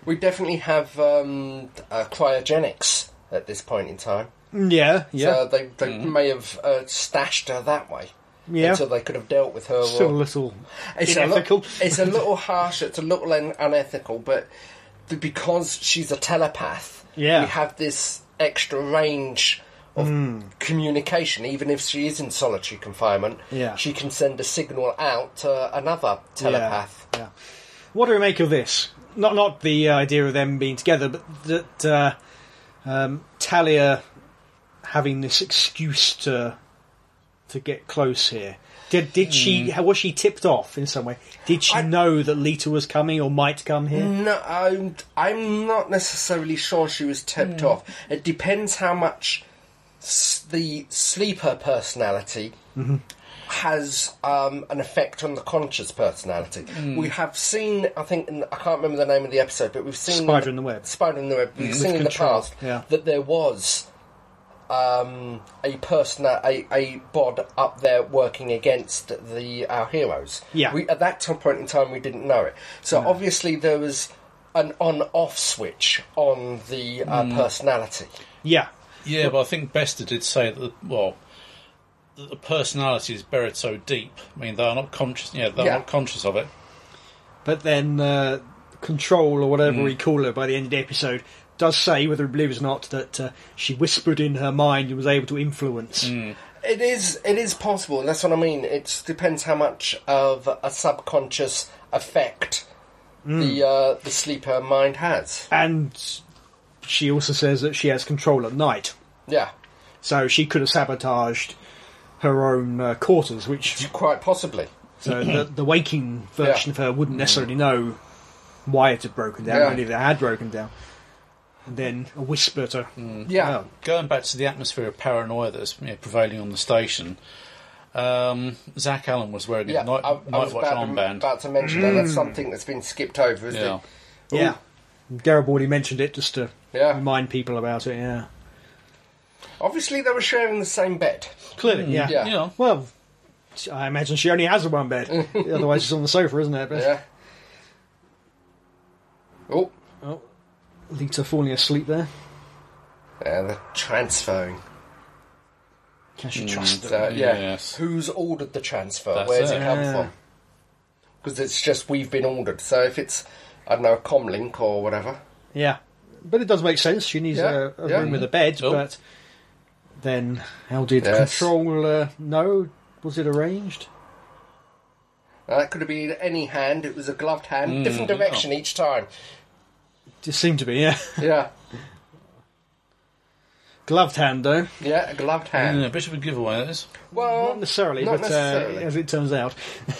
C: We definitely have um, uh, cryogenics at this point in time.
B: yeah, yeah, Mm-hmm.
C: So they they may have uh, stashed her that way.
B: yeah.
C: So they could have dealt with her.
B: Still a
C: or-
B: little
C: it's A
B: unethical.
C: little, it's a little harsh. It's a little un- unethical, but th- because she's a telepath,
B: Yeah. Hmm.
C: we have this extra range of communication. Even if she is in solitary confinement,
B: Yeah.
C: she can send a signal out to another telepath.
B: Yeah. yeah. What do we make of this? Not not the uh, idea of them being together, but that uh, um, Talia having this excuse to to get close here? Did did she how was she tipped off in some way? Did she know that Lita was coming or might come here?
C: No, I'm, I'm not necessarily sure she was tipped off. It depends how much s- the sleeper personality
B: Mm-hmm.
C: has um, an effect on the conscious personality. We have seen, I think, in, I can't remember the name of the episode, but we've seen
B: Spider in the Web. Hmm.
C: Spider in the Web. We've seen
B: With
C: in the
B: control,
C: past
B: yeah.
C: that there was um, a person, a, a bod up there working against the our heroes.
B: Yeah.
C: We, at that time, point in time, we didn't know it. So obviously there was an on-off switch on the uh, personality.
B: Yeah.
A: Yeah, but I think Bester did say that. The, well, that the personality is buried so deep. I mean, they are not conscious. Yeah, they're
C: Yeah.
A: not conscious of it.
B: But then uh, control or whatever we call her by the end of the episode does say whether we believe it or not that uh, she whispered in her mind and was able to influence.
C: It is it is possible. That's what I mean. It depends how much of a subconscious effect the uh, the sleeper mind has.
B: And she also says that she has control at night.
C: Yeah,
B: So she could have sabotaged her own uh, quarters, which
C: quite possibly.
B: so the, the waking version of her wouldn't necessarily know why it had broken down,
C: Yeah.
B: only that it had broken down. And then a whisper to
C: Yeah.
B: well,
A: Going back to the atmosphere of paranoia that's you know, prevailing on the station. Um, Zach Allen was wearing
C: Yeah,
A: a night,
C: I, I was
A: night watch
C: about to,
A: armband.
C: about to mention that. That's something that's been skipped over, isn't
A: yeah.
B: yeah. Garibaldi mentioned it just to
C: Yeah.
B: remind people about it. Yeah,
C: it? Obviously, they were sharing the same bed.
B: clearly. yeah.
A: You
C: Yeah.
A: know,
B: Well, I imagine she only has one
C: [laughs]
B: bed. Otherwise, she's on the sofa, isn't it? But
C: Yeah. [laughs] Oh,
B: oh, Lita falling asleep there.
C: yeah, the transferring.
B: Can she trust them?
C: So, yeah.
A: Yes.
C: Who's ordered the transfer?
A: That's
C: Where's
A: it.
C: it, come
B: Yeah.
C: from? Because it's just we've been ordered. So if it's, I don't know, a Comlink or whatever.
B: Yeah, but it does make sense. She needs
C: Yeah,
B: a, a
C: yeah.
B: room with a bed,
A: Oh.
B: but then how did
C: Yes.
B: control uh, know? Was it arranged?
C: Now, that uh, could have been any hand. It was a gloved hand, different
A: yeah.
C: direction each time.
B: It seemed to be. Yeah, [laughs]
C: Yeah,
B: gloved hand though,
C: yeah, a gloved hand.
A: yeah, a bit of a giveaway. That is.
C: Well,
B: not necessarily,
C: not
B: but
C: necessarily.
B: Uh, as it turns out. [laughs]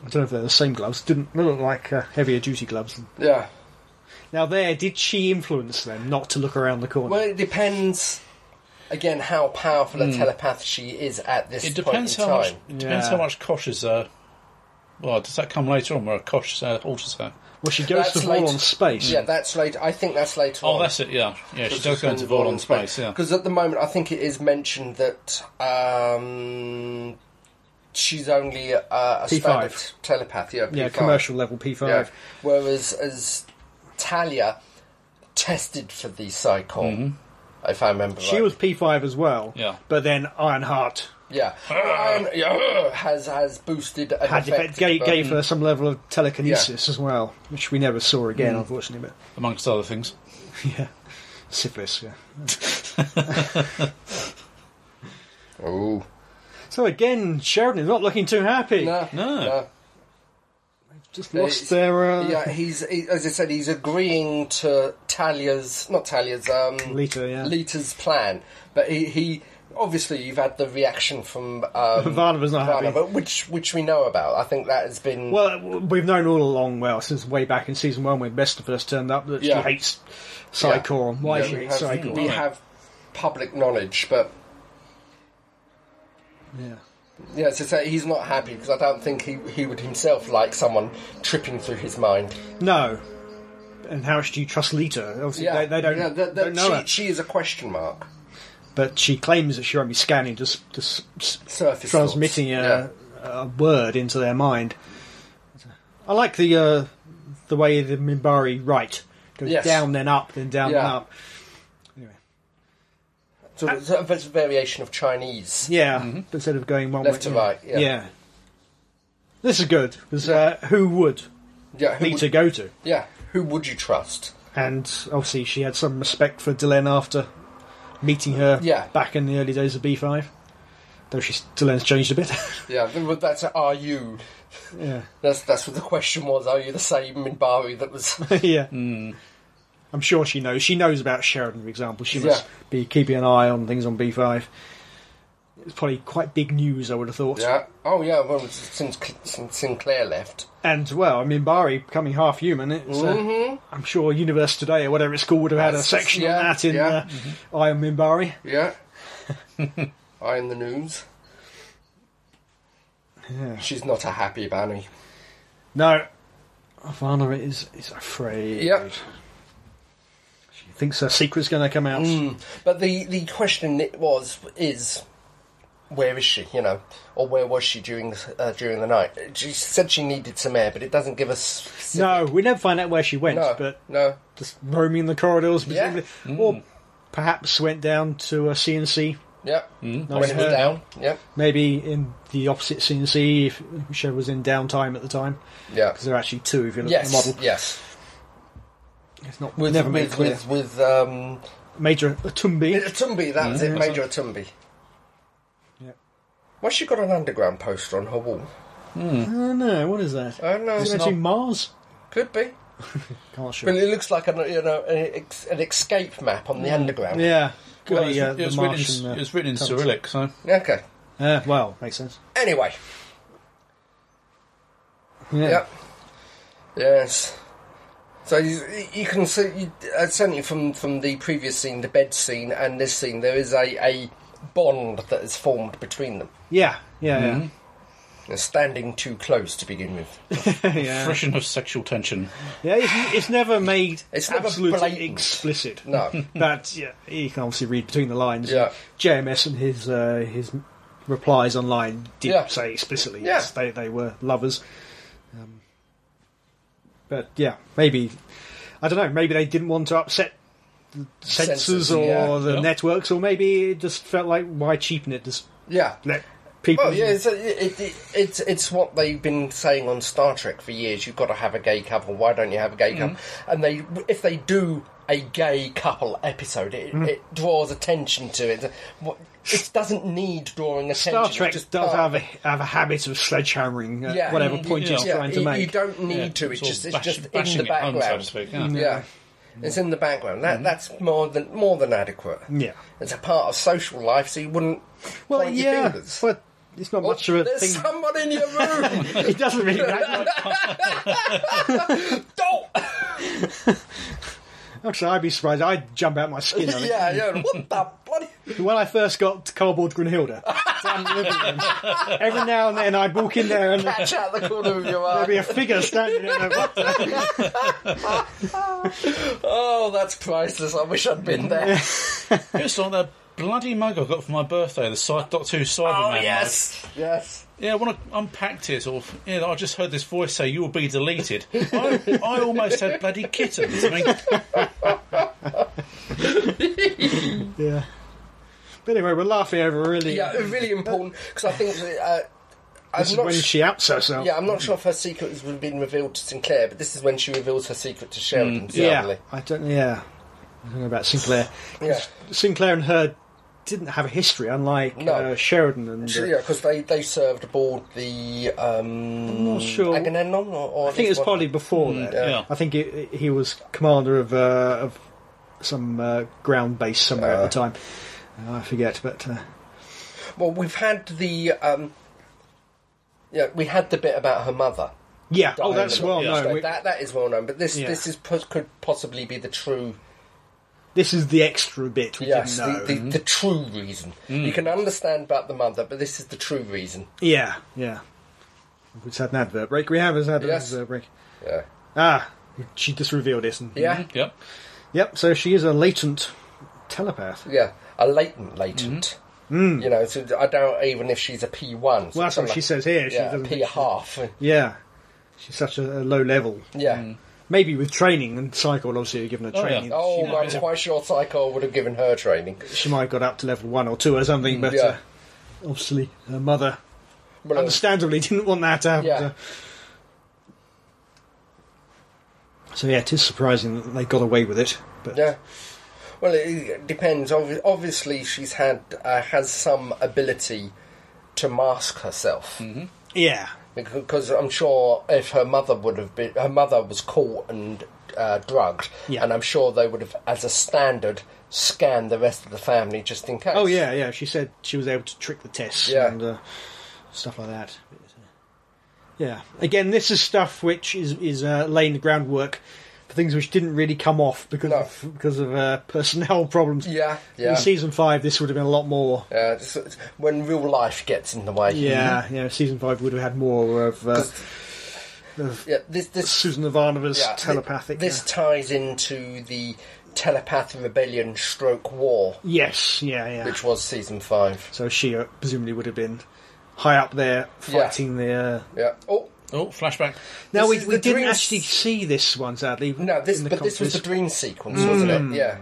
B: I don't know if they're the same gloves. Didn't they look like uh, heavier duty gloves.
C: yeah.
B: Now, there, did she influence them not to look around the corner?
C: Well, it depends. Again, how powerful a telepath she is at this
A: Mm. It
C: point
A: depends
C: in
A: how much.
C: time.
A: It depends
B: Yeah.
A: how much Kosh is. Uh, well, does that come later on where Kosh uh, alters her?
B: Well, she goes to
C: That's
B: fall
C: late.
B: on space.
C: Yeah, that's later. I think that's later
A: Oh,
C: on.
A: that's it. Yeah, yeah. She does go into Volon space. Yeah.
C: Because at the moment, I think it is mentioned that um, she's only a, a
B: P5.
C: standard telepath. Yeah,
B: Yeah,
C: P5.
B: commercial level P5.
C: Yeah. Whereas as Talia tested for the cycle, if I remember
B: Mm-hmm. She
C: right.
B: was P5 as well.
A: Yeah.
B: But then Ironheart
A: [sighs]
C: yeah. Iron- yeah, has has boosted an
B: had
C: effect, um,
B: gave,
C: but- mm.
B: gave her some level of telekinesis as well, which we never saw
C: Mm.
B: again, unfortunately. But
A: Amongst other things.
B: yeah, syphilis. Yeah.
C: Ooh.
B: So again, Sheridan is not looking too happy.
C: No,
A: No.
C: no.
B: Just lost
C: It's-
B: their uh,
C: Yeah, he's he, as I said, he's agreeing to Talia's not Talia's um
B: Lita, yeah.
C: Lita's plan, but he, he obviously you've had the reaction from
B: [laughs]
C: um,
B: Varnava's not happy.
C: Varna, but which which we know about. I think that has been
B: Well, w- we've known all along, well, since way back in season one when Bester first turned up, that
C: Yeah.
B: she hates
C: yeah.
B: Psychor. Why
C: Yeah,
B: she
C: we
B: hates
C: have,
B: Psychor?
C: we have public knowledge, but
B: Yeah.
C: yeah, as I say, he's not happy because I don't think he he would himself like someone tripping through his mind.
B: No. And how much do you trust Lita? Obviously,
C: Yeah,
B: they, they don't,
C: yeah, that- that-
B: don't know her.
C: she, she is a question mark.
B: But she claims that she'll be scanning, just, just s-
C: Surface thoughts.
B: transmitting
C: Yeah.
B: a, a word into their mind. I like the uh, the way the Mimbari write goes
C: Yes.
B: down then up then down then
C: Yeah.
B: up. Anyway,
C: sort of, sort of a variation of Chinese.
B: yeah, but instead of going one
C: Mm-hmm. Left
B: way,
C: to right, yeah.
B: This is good because uh, who would
C: Yeah, who
B: need to
C: would,
B: go to?
C: yeah, who would you trust?
B: And obviously, she had some respect for Delenn after meeting her
C: Yeah.
B: back in the early days of B five. Though she's Delenn's changed a bit. [laughs]
C: Yeah, th- but that's are you?
B: yeah.
C: That's that's what the question was. Are you the same Minbari that was? [laughs]
B: [laughs] yeah.
C: Hmm.
B: I'm sure she knows. She knows about Sheridan, for example. She must
C: Yeah.
B: be keeping an eye on things on B5. It's probably quite big news, I would have thought.
C: Yeah. Oh, yeah. Well, it's since, since Sinclair left,
B: And well, I mean, Bari becoming half human. It's, uh, I'm sure Universe Today or whatever it's called would have had a
C: Mm-hmm. That's-
B: section
C: yeah,
B: on that in
C: yeah. Mm-hmm.
B: uh, I Am Mimbari.
C: [laughs] yeah. I in the news. She's not a happy bunny.
B: No, Ivana is is afraid.
C: Yeah.
B: She thinks her secret's going to come out.
C: Mm. Hmm. But the the question it was is, where is she? You know, or where was she during the, uh, during the night? She said she needed some air, but it doesn't give us.
B: No, we never find out where she went,
C: no,
B: but
C: no.
B: just roaming the corridors,
C: Yeah.
B: presumably, or perhaps went down to uh, a CNC,
C: Yep. When
B: Hmm. Nice
C: it was
B: hair.
C: down. Yep.
B: maybe in the opposite CNC, if whichever was in downtime at the time,
C: Yeah.
B: because there are actually two if you look
C: Yes.
B: at the model.
C: Yes.
B: It's not
C: With
B: never made
C: with,
B: clear.
C: with with um,
B: Major Atumbi.
C: Atumbi. That was it. Major Atumbi.
B: Yep.
C: Why's she got an underground poster on her wall?
B: Oh no, what is that?
C: I don't know.
B: Is it
C: Oh, It's
B: actually
C: not-
B: Mars?
C: Could be.
B: Can't
C: But
B: sure.
C: it looks like an you know an, ex- an escape map on the underground.
B: Yeah, got
A: Well, it was,
B: the, uh,
A: it was written
B: the
A: in-
B: Martian. uh,
A: it was written in
B: colours.
A: Cyrillic, so
C: Okay.
B: Uh, well, makes sense.
C: Anyway.
B: Yeah.
C: Yep. Yes. So you, you can see, you, uh, certainly from, from the previous scene, the bed scene, and this scene, there is a, a bond that is formed between them.
B: Yeah, yeah,
C: They're standing too close to begin with.
B: yeah. [laughs] yeah.
A: friction of sexual tension.
B: [laughs] yeah it's, it's never made
C: It's never
B: absolutely
C: blatant.
B: explicit. [laughs]
C: No.
B: But yeah, you can obviously read between the lines.
C: Hmm. Yeah.
B: JMS and his uh, his replies online did
C: Yeah.
B: say explicitly yes, they they were lovers. Um, but yeah, maybe I don't know. Maybe they didn't want to upset the censors
C: Censors,
B: or
C: yeah.
B: the
A: Yeah.
B: networks, or maybe it just felt like why cheapen it? Just
C: yeah.
B: let people.
C: Well, yeah, it's, it, it, it's it's what they've been saying on Star Trek for years. You've got to have a gay couple. Why don't you have a
B: Mm.
C: gay couple? And they, if they do a gay couple episode, it,
B: Mm.
C: it draws attention to it. What- It doesn't need drawing attention.
B: Star
C: It's
B: Trek
C: just
B: does
C: part-
B: have a have a habit of sledgehammering at
C: Yeah.
B: whatever
A: Mm,
B: point
A: yeah.
B: it's
A: Yeah,
B: trying
C: you,
B: to
C: you
B: make.
C: don't need to. It's
A: Sort
C: just
A: of
C: it's
A: bash-
C: just in
A: bashing
C: the
A: it home, so to
C: background.
A: speak, yeah.
C: yeah, it's in the background. That that's more than more than adequate.
B: Mm. Yeah.
C: It's a part of social life, so you wouldn't.
B: Well,
C: point your
B: yeah,
C: fingers.
B: but it's not
C: Oh,
B: much of a
C: there's
B: thing.
C: someone in your room.
B: [laughs] It doesn't really matter.
C: Don't.
B: Actually, I'd be surprised. I'd jump out my skin on it.
C: yeah, yeah. What the bloody?
B: When I first got to Cardboard Grunhilda, down the living room, every now and then I'd walk in there and there'd
C: Catch out the corner of your eye.
B: be a figure standing there. and I'd
C: [laughs]
B: go, "What the-"
C: Oh, that's priceless. I wish I'd been there.
A: It's like that bloody mug I got for my birthday, the Cy- Doctor Who Cyberman
C: Oh
A: mug.
C: yes, yes.
A: Yeah, when I unpacked it, or yeah, I just heard this voice say, "You will be deleted." [laughs] I, I almost had bloody kittens. I mean, [laughs]
B: yeah. But anyway, we're laughing over really.
C: Yeah, really important because I think that, uh, I'm
B: This is
C: not
B: when
C: su-
B: she outs herself.
C: Yeah, I'm not sure if her secret has been revealed to Sinclair, but this is when she reveals her secret to Sheridan.
B: yeah.
C: certainly.
B: I don't. Yeah. I don't know about Sinclair.
C: Yeah.
B: Sinclair and her didn't have a history, unlike
C: No.
B: uh, Sheridan and.
C: So,
B: uh,
C: yeah, because they, they served aboard the um,
B: not sure.
C: Agamemnon, or, or
B: I think it was probably before
C: Mm,
B: that.
A: yeah.
B: I think it, it- he was commander of uh, of some uh, ground base somewhere at the time. Uh, I forget, but uh,
C: Well, we've had the um, yeah, we had the bit about her mother.
B: yeah. Oh, that's
C: Diana.
B: well
A: Yeah.
B: known.
C: So
B: We-
C: that that is well known, but this
B: Yeah.
C: this is pos- could possibly be the true
B: this is the extra bit we
C: yes
B: didn't know. Mm.
C: the, the, the true reason. You can understand about the mother, but this is the true reason.
B: Yeah, yeah. We just had an advert break. We have had an
C: Yes.
B: advert break.
C: Yeah,
B: Ah, she just revealed this. And,
C: yeah,
A: yep.
B: Yep. So she is a latent telepath.
C: yeah. A latent latent. You know, so I doubt even if she's a P one.
B: Mm-hmm. Well, that's what she says here. She
C: Yeah,
B: doesn't.
C: P
B: think-
C: half.
B: yeah. She's such a, a low level.
C: Yeah.
B: Maybe with training and psycho, obviously, given her
A: yeah.
B: training.
C: Oh,
A: She-
C: I'm quite sure Psycho would have given her training.
B: she might have got up to level one or two or something, but uh,
C: Mm, yeah.
B: obviously her mother,
C: Well, uh,
B: understandably, [laughs] didn't want that to happen.
C: Yeah.
B: to her. So yeah, it is surprising that they got away with it. But
C: Yeah. Well, it- it depends. Obvi- Obviously, she's had uh, has some ability to mask herself
B: yeah,
C: because I'm sure if her mother would have been, her mother was caught and uh, drugged,
B: Yeah.
C: and I'm sure they would have, as a standard, scanned the rest of the family just in case.
B: Oh yeah, yeah. She said she was able to trick the tests
C: Yeah.
B: and uh, stuff like that. Yeah. Again, this is stuff which is is uh, laying the groundwork for things which didn't really come off because
C: No.
B: of, because of uh, [laughs] personnel problems.
C: yeah,
B: In
C: yeah.
B: season five, this would have been a lot more.
C: Uh, it's- it's when real life gets in the way.
B: Yeah, yeah. Season five would have had more of, uh, of
C: Mm-hmm. yeah. This this
B: Susan Ivanova's
C: yeah, thi-
B: telepathic.
C: This ties into the telepath rebellion stroke war,
B: yeah. Yes. Yeah. Yeah.
C: which was season five.
B: So she uh, presumably would have been high up there
C: Yeah.
B: fighting the. Uh,
C: Yeah. Oh
A: Oh, flashback.
B: Now
C: This
B: we,
C: is
B: we
C: the
B: didn't
C: dream
B: actually
C: s-
B: see this one, sadly.
C: no, this
B: in Mm.
C: but this was the
B: conference.
C: dream sequence, wasn't it? Yeah,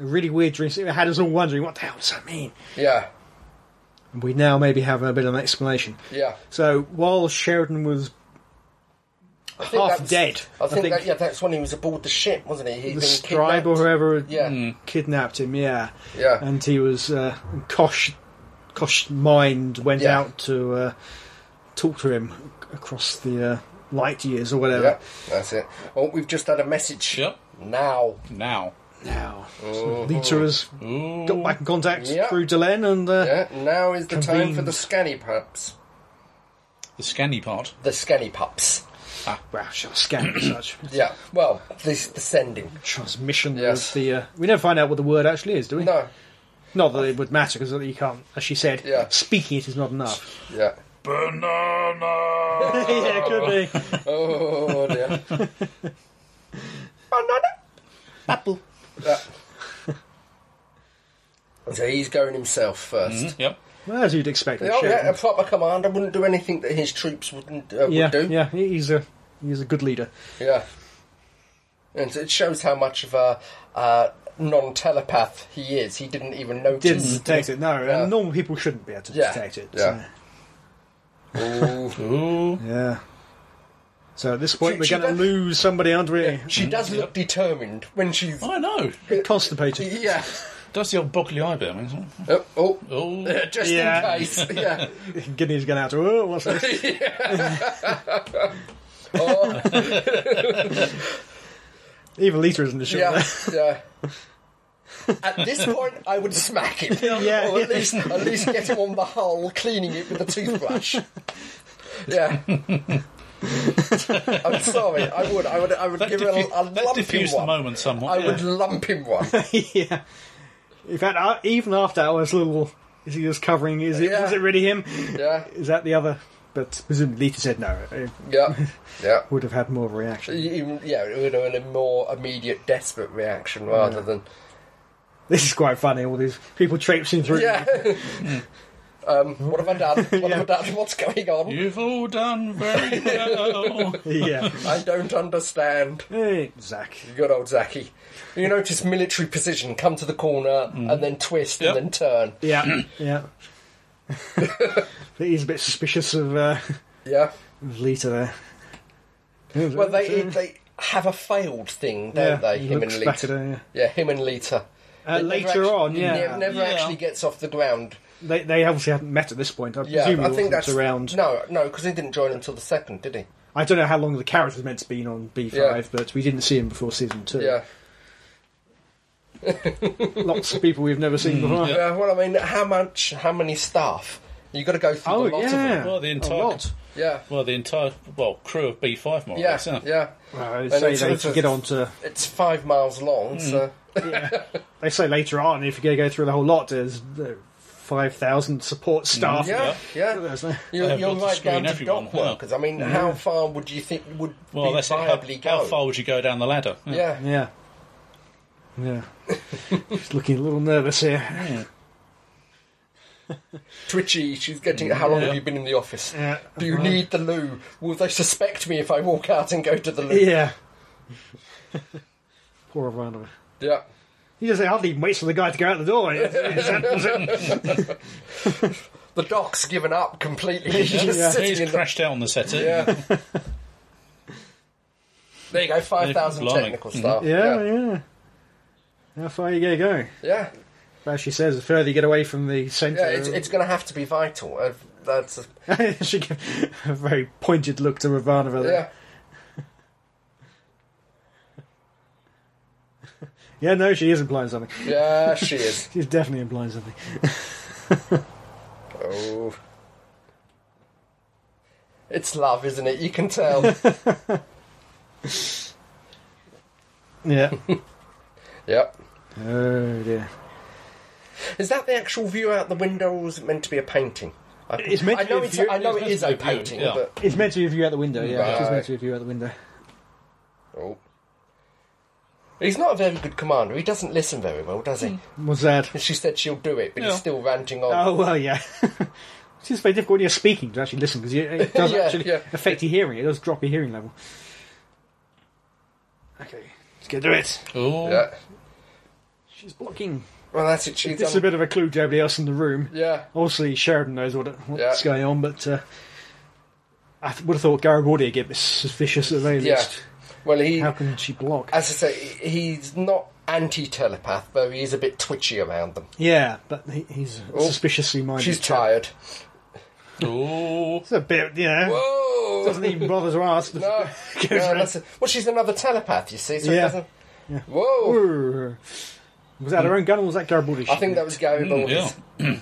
B: a really weird dream. It had us all wondering what the hell does that mean.
C: yeah,
B: And we now maybe have a bit of an explanation.
C: yeah.
B: So while Sheridan was
C: I think
B: half
C: that's-
B: dead,
C: I think, that, yeah, that's when he was aboard the ship, wasn't he? He'd
B: the
C: been
B: scribe or
C: kidnapped.
B: whoever
C: Yeah,
B: kidnapped him. Yeah,
C: yeah,
B: and he was uh, Kosh. Kosh mind went
C: Yeah.
B: out to uh, talk to him ac- across the uh, light years or whatever.
C: yeah. That's it. Well, we've just had a message.
A: Yep.
C: Now,
A: Now.
B: Now, so Lita has
A: Ooh.
B: got back in contact
C: Uh-huh. Yeah.
B: through Delenn and uh,
C: yeah, now is the time for
B: Convened.
C: the scanny pups.
A: The scanny part.
C: The scanny pups.
B: Wow, shall scan [coughs] and such.
C: Yeah. Well, this
B: [laughs]
C: the sending.
B: Transmission
C: Yes.
B: was the. Uh, we never find out what the word actually is, do we?
C: No.
B: Not that it would matter, because you can't, as she said,
C: Yeah.
B: speaking it is not
C: [laughs]
B: enough. [laughs]
C: Yeah. [laughs]
A: Banana!
B: yeah, it could be.
C: Oh
B: [laughs]
C: dear.
A: Apple.
C: Yeah. So he's going himself first.
A: Mm, Yep.
B: Well, as you'd expect. with
C: Oh, yeah, a
B: Sheridan.
C: proper commander wouldn't do anything that his troops wouldn't uh, would
B: yeah,
C: do.
B: yeah, he- he's a he's a good leader.
C: Yeah. And so it shows how much of a uh, non telepath he is. He didn't even notice.
B: Didn't detect it, no.
C: Yeah.
B: And normal people shouldn't be able to
C: Yeah,
B: detect it.
C: yeah. Ooh.
A: Ooh.
B: So, yeah. So at this point,
C: She-
B: we're
C: she
B: going
C: does-
B: to lose somebody, aren't we?
C: She does look determined when she's.
B: Oh.
A: I know.
B: Constipated.
C: [laughs] Yeah.
A: Does the old Buckley eye bit. I mean, it's-
C: Oh, oh. [laughs]
A: oh.
C: just
B: Yeah.
C: in case. [laughs]
B: [laughs]
C: Yeah.
B: Guinea's going out to, oh, what's this?
C: Oh,
B: Even Lita isn't sure.
C: yeah. Yeah. At this point, I would smack him.
B: Yeah.
C: Or at least, at least get him on the hull, cleaning it with a toothbrush.
B: [laughs]
C: Yeah. I'm sorry. I would. I would. I would
A: That,
C: give her a,
A: diffu-
C: a
A: that
C: lump him
A: diffused the
C: one.
A: moment somewhat.
C: I
A: yeah.
C: would lump him one.
B: [laughs] yeah. In fact, I, even after hours, little is he just covering? Is it
C: Yeah.
B: was it really him?
C: Yeah,
B: Is that the other? But presumably, Lita said no. It
C: yeah, yeah.
B: would have had more of a reaction.
C: Even- Yeah, it would have been a more immediate, desperate reaction rather than
B: This is quite funny. All these people traipsing through.
C: yeah.
B: [laughs]
C: um, what have I done? What have I done? What's going on?
A: You've all done
C: [laughs]
A: very well.
B: Yeah.
C: I don't understand.
B: Hey, Zach.
C: Good old Zaki. You notice military precision. Come to the corner
B: Mm.
C: and then twist
A: Yep.
C: and then turn.
B: Yeah,
C: [laughs]
B: yeah. He's a bit suspicious of, uh,
C: Yeah.
B: of Lita there.
C: Well, they they have a failed thing, don't
B: yeah,
C: they?
B: he
C: Him and
B: looks back at
C: Lita.
B: her, yeah.
C: Yeah, him and Lita.
B: Uh,
C: They never
B: later
C: actu-
B: on,
C: ne-
B: yeah.
C: never
A: Yeah.
C: actually gets off the ground.
B: They, they obviously haven't met at this point. I
C: Yeah,
B: presume he
C: I think
B: wasn't
C: that's
B: around.
C: No, no, because he didn't join until the second, did he?
B: I don't know how long the carrot was meant to be on B5,
C: Yeah.
B: but we didn't see him before season two.
C: Yeah.
B: [laughs] Lots of people we've never seen before.
C: Mm. Yeah, well, I mean, how much? How many staff? You got to go through
B: Oh,
C: a lot of
B: yeah.
C: them.
A: Well, the
B: A
A: entire,
B: lot.
C: Yeah,
A: well, the entire, well, crew of B5 more or
C: yeah,
A: less, isn't it?
C: yeah.
B: Well, they
C: And
B: say
C: it's-
B: they
C: it's a-
B: get on
C: [laughs]
B: to.
C: It's five miles long,
B: Mm.
C: so
B: They say later on, if you go go through the whole lot, there's uh, five thousand support staff.
C: Mm. yeah, yeah.
B: There's, uh,
C: You're,
A: have
C: you're
A: got to
C: right
A: screen
C: down to
A: everyone,
C: dock
A: yeah.
C: workers. I mean, how far would you think would
A: Well,
C: be
A: that's it. How,
C: viably
A: how
C: go?
A: far would you go down the ladder?
C: Yeah,
B: yeah,
C: [laughs]
B: yeah. She's looking a little nervous here.
C: twitchy. She's getting. How long
A: Yeah.
C: have you been in the office?
B: Yeah.
C: Do you need the loo? Will they suspect me if I walk out and go to the loo?
B: Yeah. [laughs] Poor Ivanova.
C: yeah.
B: He doesn't hardly even waits for the guy to go out the door. It's- it's- it's-
C: The dock's given up completely. [laughs] He's just
B: Yeah.
A: He's
C: sitting in the
A: crashed out on the setter. [laughs]
C: Yeah. there you go, 5,000
A: Blimey. Mm-hmm.
C: technical staff.
B: yeah, yeah. How far you gonna go?
C: Yeah,
B: But as she says, the further you get away from the centre,
C: yeah it's, it's going to have to be vital. Uh, that's
B: [laughs]
C: a,
B: she gave a very pointed look to Ivanova. there.
C: yeah.
B: Yeah, no, she is implying something.
C: Yeah, she is.
B: She's definitely implying something.
C: Oh. It's love, isn't it? You can tell.
B: Yeah.
C: [laughs] yep.
B: [laughs] oh dear.
C: Is that the actual view out the window, or was it meant to be a painting? I,
B: It's meant
C: I
B: to be
C: know
B: a
C: it's.
B: view-
C: I know
A: it's
C: it
A: meant
C: is
A: to be
C: a
A: a view,
C: painting,
A: yeah.
C: but
B: It's meant to be a view out the window. Yeah, it's meant
C: Right.
B: to be a view out the window.
C: oh. He's not a very good commander. He doesn't listen very well, does he?
B: What's that?
C: She said she'll do it, but
A: Yeah.
C: he's still ranting on.
B: Oh
C: [laughs]
B: well, yeah. [laughs] It's just very difficult when you're speaking to actually listen because it does
C: [laughs] Yeah,
B: actually
C: yeah.
B: affect your hearing. It does drop your hearing level. Okay, let's get to it.
A: Ooh.
C: Yeah.
B: She's blocking.
C: Well, that's it. She's
B: This is
C: done.
B: a bit of a clue to everybody else in the room.
C: yeah.
B: Obviously, Sheridan knows what what's
C: Yeah.
B: going on, but uh, I th- would have thought Garibaldi would get suspicious at the very
C: Yeah.
B: least.
C: Well, he,
B: How can she block?
C: as I say, he's not anti-telepath, though he is a bit twitchy around them.
B: yeah, but he, he's a suspiciously minded.
C: Oh, She's
B: chap.
C: tired.
A: Ooh.
B: It's a bit, you know.
C: Whoa!
B: Doesn't even bother to ask.
C: [laughs]
B: [laughs]
C: No,
B: Go
C: no,
B: for it.
C: that's a- well, she's another telepath, you see. So
B: Yeah.
C: it doesn't.
B: Yeah.
C: Whoa!
B: Ooh. Was that her own gun or was that Garibaldi's?
C: I think that was Gary Baldy's.
A: Mm, Yeah.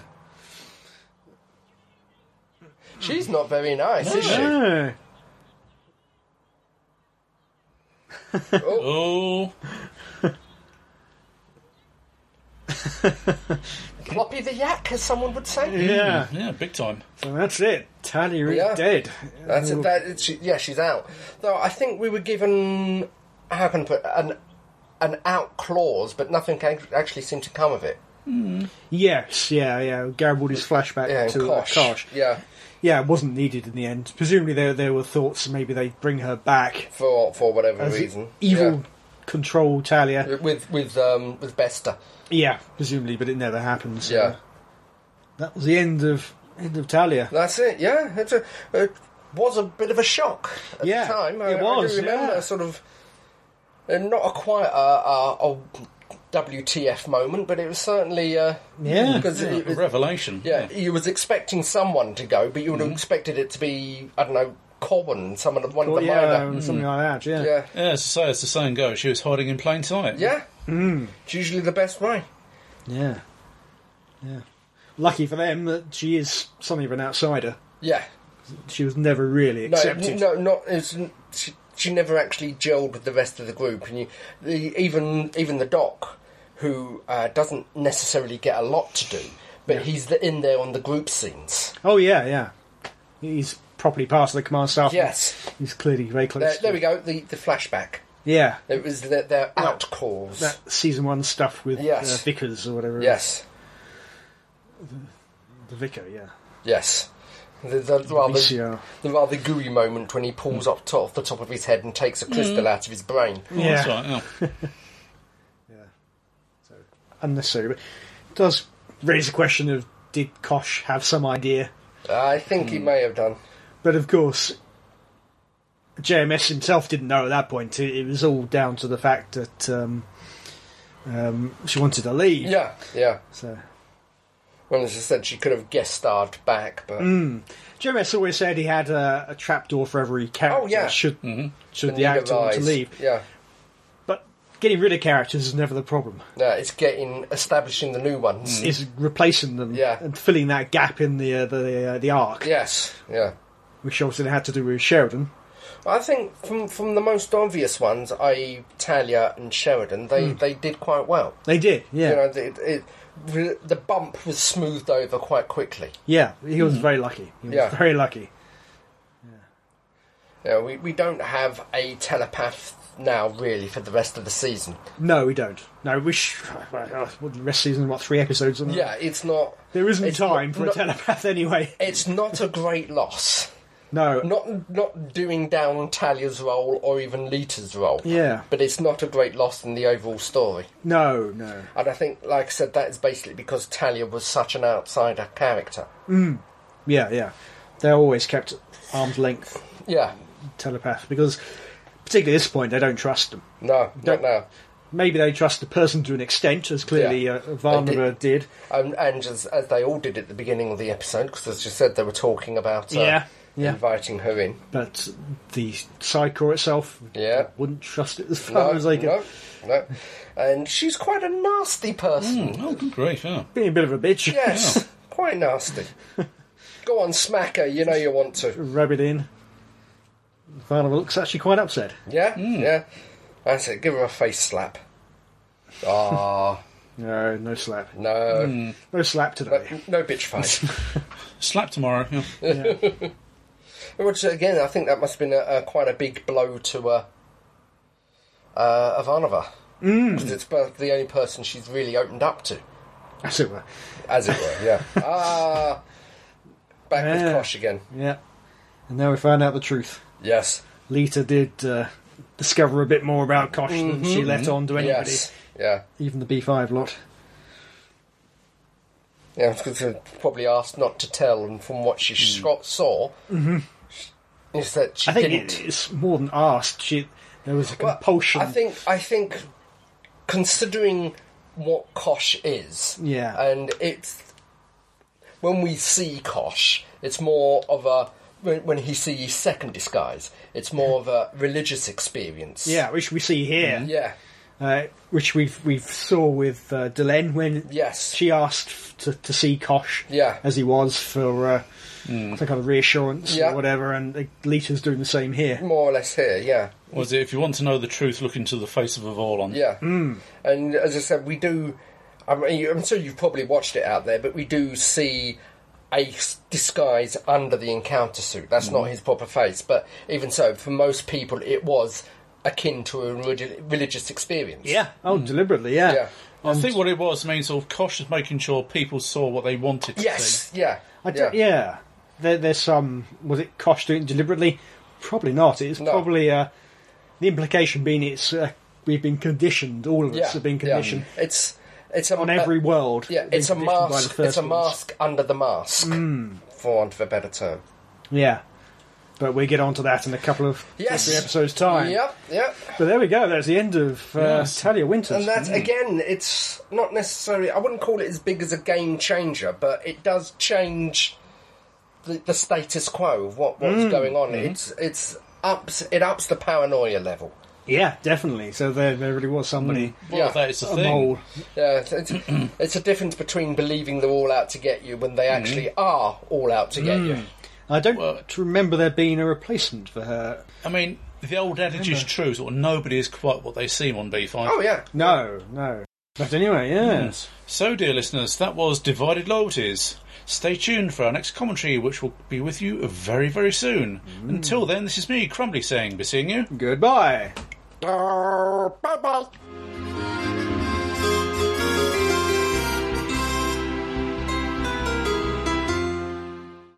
C: She's not very nice, is she?
B: Oh.
A: Ooh.
C: Floppy the yak, as someone would say.
B: Yeah.
A: Yeah, big time.
B: So that's it. Tally Reed's
C: Yeah.
B: dead.
C: That's it. That, she, yeah, she's out. Though I think we were given how can I put an an out clause, but nothing can actually seemed to come of it.
B: Yes, yeah, yeah. Garibaldi's flashback
C: Yeah, and
B: to
C: Kosh.
B: Kosh. Uh, Kosh.
C: Yeah,
B: Yeah, it wasn't needed in the end. Presumably there there were thoughts maybe they'd bring her back
C: for for whatever
B: as
C: reason.
B: evil control
C: Yeah.
B: Talia.
C: With with um with Bester.
B: Yeah, presumably, but it never happened. So
C: Yeah.
B: That was the end of end of Talia.
C: That's it. Yeah, it's a, it was a bit of a shock at
B: Yeah,
C: the time.
B: it
C: I,
B: was,
C: I do remember
B: yeah.
C: sort of uh, not a quite a, a, a WTF moment, but it was certainly uh,
B: Yeah.
C: because
A: Yeah,
C: it,
A: a
C: it-
A: revelation.
C: yeah, you was expecting someone to go, but you
B: Mm.
C: would have expected it to be I don't know Corwin, someone of one
B: Well,
C: of the
B: yeah,
C: minor.
B: something like that.
C: Yeah,
A: Yeah, as, I say, as the saying goes, she was hiding in plain sight.
C: yeah.
B: Mm.
C: It's usually the best way.
B: Yeah. Yeah. Lucky for them that she is something of an outsider.
C: Yeah.
B: She was never really
C: No,
B: accepted.
C: no, not it's, she, she never actually gelled with the rest of the group, and you, the, even even the doc, who uh, doesn't necessarily get a lot to do, but he's the, in there on the group scenes.
B: Oh, yeah, yeah. He's properly part of the command staff.
C: Yes,
B: He's clearly very close.
C: there,
B: to-
C: there we go. The the flashback.
B: Yeah.
C: It was the, their out calls.
B: That season one stuff with
C: Yes.
B: uh, Vickers or whatever. it
C: yes,
B: was. The Vicar, yeah.
A: Oh,
C: yes. The, the, rather,
B: VCR.
C: the rather gooey moment when he pulls up to, off the top of his head and takes a crystal out of his brain.
A: Oh,
B: yeah.
A: That's right, yeah.
B: Unnecessary. But it does raise the question of did Kosh have some idea?
C: I think he may have done.
B: But of course, JMS himself didn't know at that point. It, it was all down to the fact that um, um, she wanted to leave.
C: Yeah, yeah.
B: So
C: Well, as I said, she could have guest starved back, but
B: JMS always said he had a, a trapdoor for every character.
C: Oh, yeah.
B: Should
A: Mm-hmm.
B: should
C: And
B: the
C: you
B: actor want to
C: realise-
B: leave?
C: Yeah.
B: But getting rid of characters is never the problem.
C: No, it's getting establishing the new ones.
B: It's replacing them
C: Yeah.
B: and filling that gap in the uh, the uh, the arc,
C: Yes, yeah.
B: which obviously they had to do with Sheridan.
C: I think from from the most obvious ones, i.e., Talia and Sheridan, they they did quite well.
B: They did, Mm. yeah,
C: You know, it, it, the- the bump was smoothed over quite quickly.
B: yeah. He was very lucky. He was
C: Mm. Yeah.
B: very lucky.
C: You know, we we don't have a telepath now really for the rest of the season.
B: No, we don't. No, we sh- well, the rest season what three episodes? On
C: Yeah, it's not.
B: there isn't
C: it's
B: time
C: not-
B: for a
C: not-
B: telepath anyway. [laughs]
C: It's not a great loss.
B: No,
C: Not not doing down Talia's role or even Lita's role.
B: Yeah.
C: But it's not a great loss in the overall story.
B: no, no.
C: And I think, like I said, that is basically because Talia was such an outsider character.
B: Yeah, yeah. They're always kept at arm's length
C: Yeah.
B: telepath because, particularly at this point, they don't trust them.
C: No,
B: Don't-
C: not now.
B: Maybe they trust the person to an extent, as clearly
C: Yeah.
B: uh, Varnava did.
C: Um, and as, as they all did at the beginning of the episode, because as you said, they were talking about uh,
B: Yeah. Yeah.
C: inviting her in.
B: But the sidecar itself,
C: Yeah.
B: wouldn't trust it as far as they could.
C: no, no. And she's quite a nasty person.
B: Hmm.
A: Oh, good grief, yeah.
B: Being a bit of a bitch.
C: Yes, quite nasty.
B: [laughs]
C: Go on, smack her. You know you want to.
B: Rub it in. Vanova looks actually quite upset.
C: Yeah,
B: Hmm.
C: yeah. That's it. Give her a face slap. Ah,
B: No, no slap.
C: no,
B: No slap
C: no,
B: today.
C: no bitch fight.
A: Slap tomorrow, yeah.
B: Yeah.
C: Which again, I think that must have been a, a quite a big blow to uh, uh, Ivanova
B: Mm.
C: because it's per- the only person she's really opened up to,
B: As it were.
C: as it
B: [laughs]
C: were. Yeah. Ah, back
B: Yeah.
C: with Kosh again.
B: Yeah. And now we find out the truth.
C: Yes.
B: Lita did uh, discover a bit more about Kosh than she let on to anybody,
C: Mm-hmm. Yes. Yeah.
B: even the B5 lot.
C: Yeah, because they're probably asked not to tell, and from what she shot, saw, is that
B: Mm. Mm-hmm.
C: she
B: I think
C: didn't.
B: it, it's more than asked. She there was a
C: Well,
B: compulsion.
C: I think. I think, considering what Kosh is,
B: Yeah.
C: and it's when we see Kosh, it's more of a when, when he sees second disguise, it's more of a religious experience.
B: yeah, which we see here,
C: Mm-hmm. yeah,
B: uh, which we've we've saw with uh, Delenn when
C: yes,
B: she asked f- to, to see Kosh
C: Yeah. Mm.
B: as he was for uh, some kind of reassurance
C: Yeah. Mm.
B: or whatever, and uh, Lita's doing the same here.
C: more or less here. Yeah,
A: Was it if you want to know the truth, look into the face of a Vorlon?
C: Yeah.
B: Mm.
C: And as I said, we do. I mean, you- I'm sure you've probably watched it out there, but we do see a s- disguise under the encounter suit. That's
B: Mm.
C: not his proper face, but even so, for most people, it was akin to a relig- religious experience.
B: Oh, deliberately, yeah.
C: Mm. Yeah.
A: I think what it was means sort of Kosh is making sure people saw what they wanted to see.
C: Yes. Yeah.
B: I don't- yeah. There, there's some. Was it Kosh doing it deliberately? Probably not. It's
C: No.
B: probably uh, the implication being it's uh, we've been conditioned. All of us
C: Yeah.
B: have been
C: yeah.
B: conditioned
C: It's it's a, uh,
B: on every world.
C: yeah.
B: We've been
C: It's a
B: conditioned by the
C: mask.
B: first
C: It's
B: ones.
C: a
B: Mm.
C: mask under the mask, for want of a better term.
B: Yeah. But we get onto that in a couple of two or
C: Yes.
B: three episodes time.
C: Yep. Yep.
B: But there we go. That's the end of uh,
A: Yes.
B: Talia Winters.
C: And that again, it's not necessarily. I wouldn't call it as big as a game changer, but it does change the, the status quo of what what's going on. It's it's ups it ups the paranoia level.
B: yeah, definitely. So there, there really was somebody
A: Well,
C: Yeah.
A: that is the
B: a
A: thing.
B: mole.
C: Yeah, it's, it's, it's a difference between believing they're all out to get you when they actually are all out to get you.
B: I don't
A: Well-
B: remember there being a replacement for her.
A: I mean, the old adage is true, sort of nobody is quite what they seem on B5.
C: Oh yeah,
B: No, no. But anyway, yes.
A: So, dear listeners, that was Divided Loyalties. Stay tuned for our next commentary, which will be with you very, very soon.
B: Mm.
A: Until then, this is me, Crumbly, saying, be seeing you.
B: Goodbye.
C: bye bye.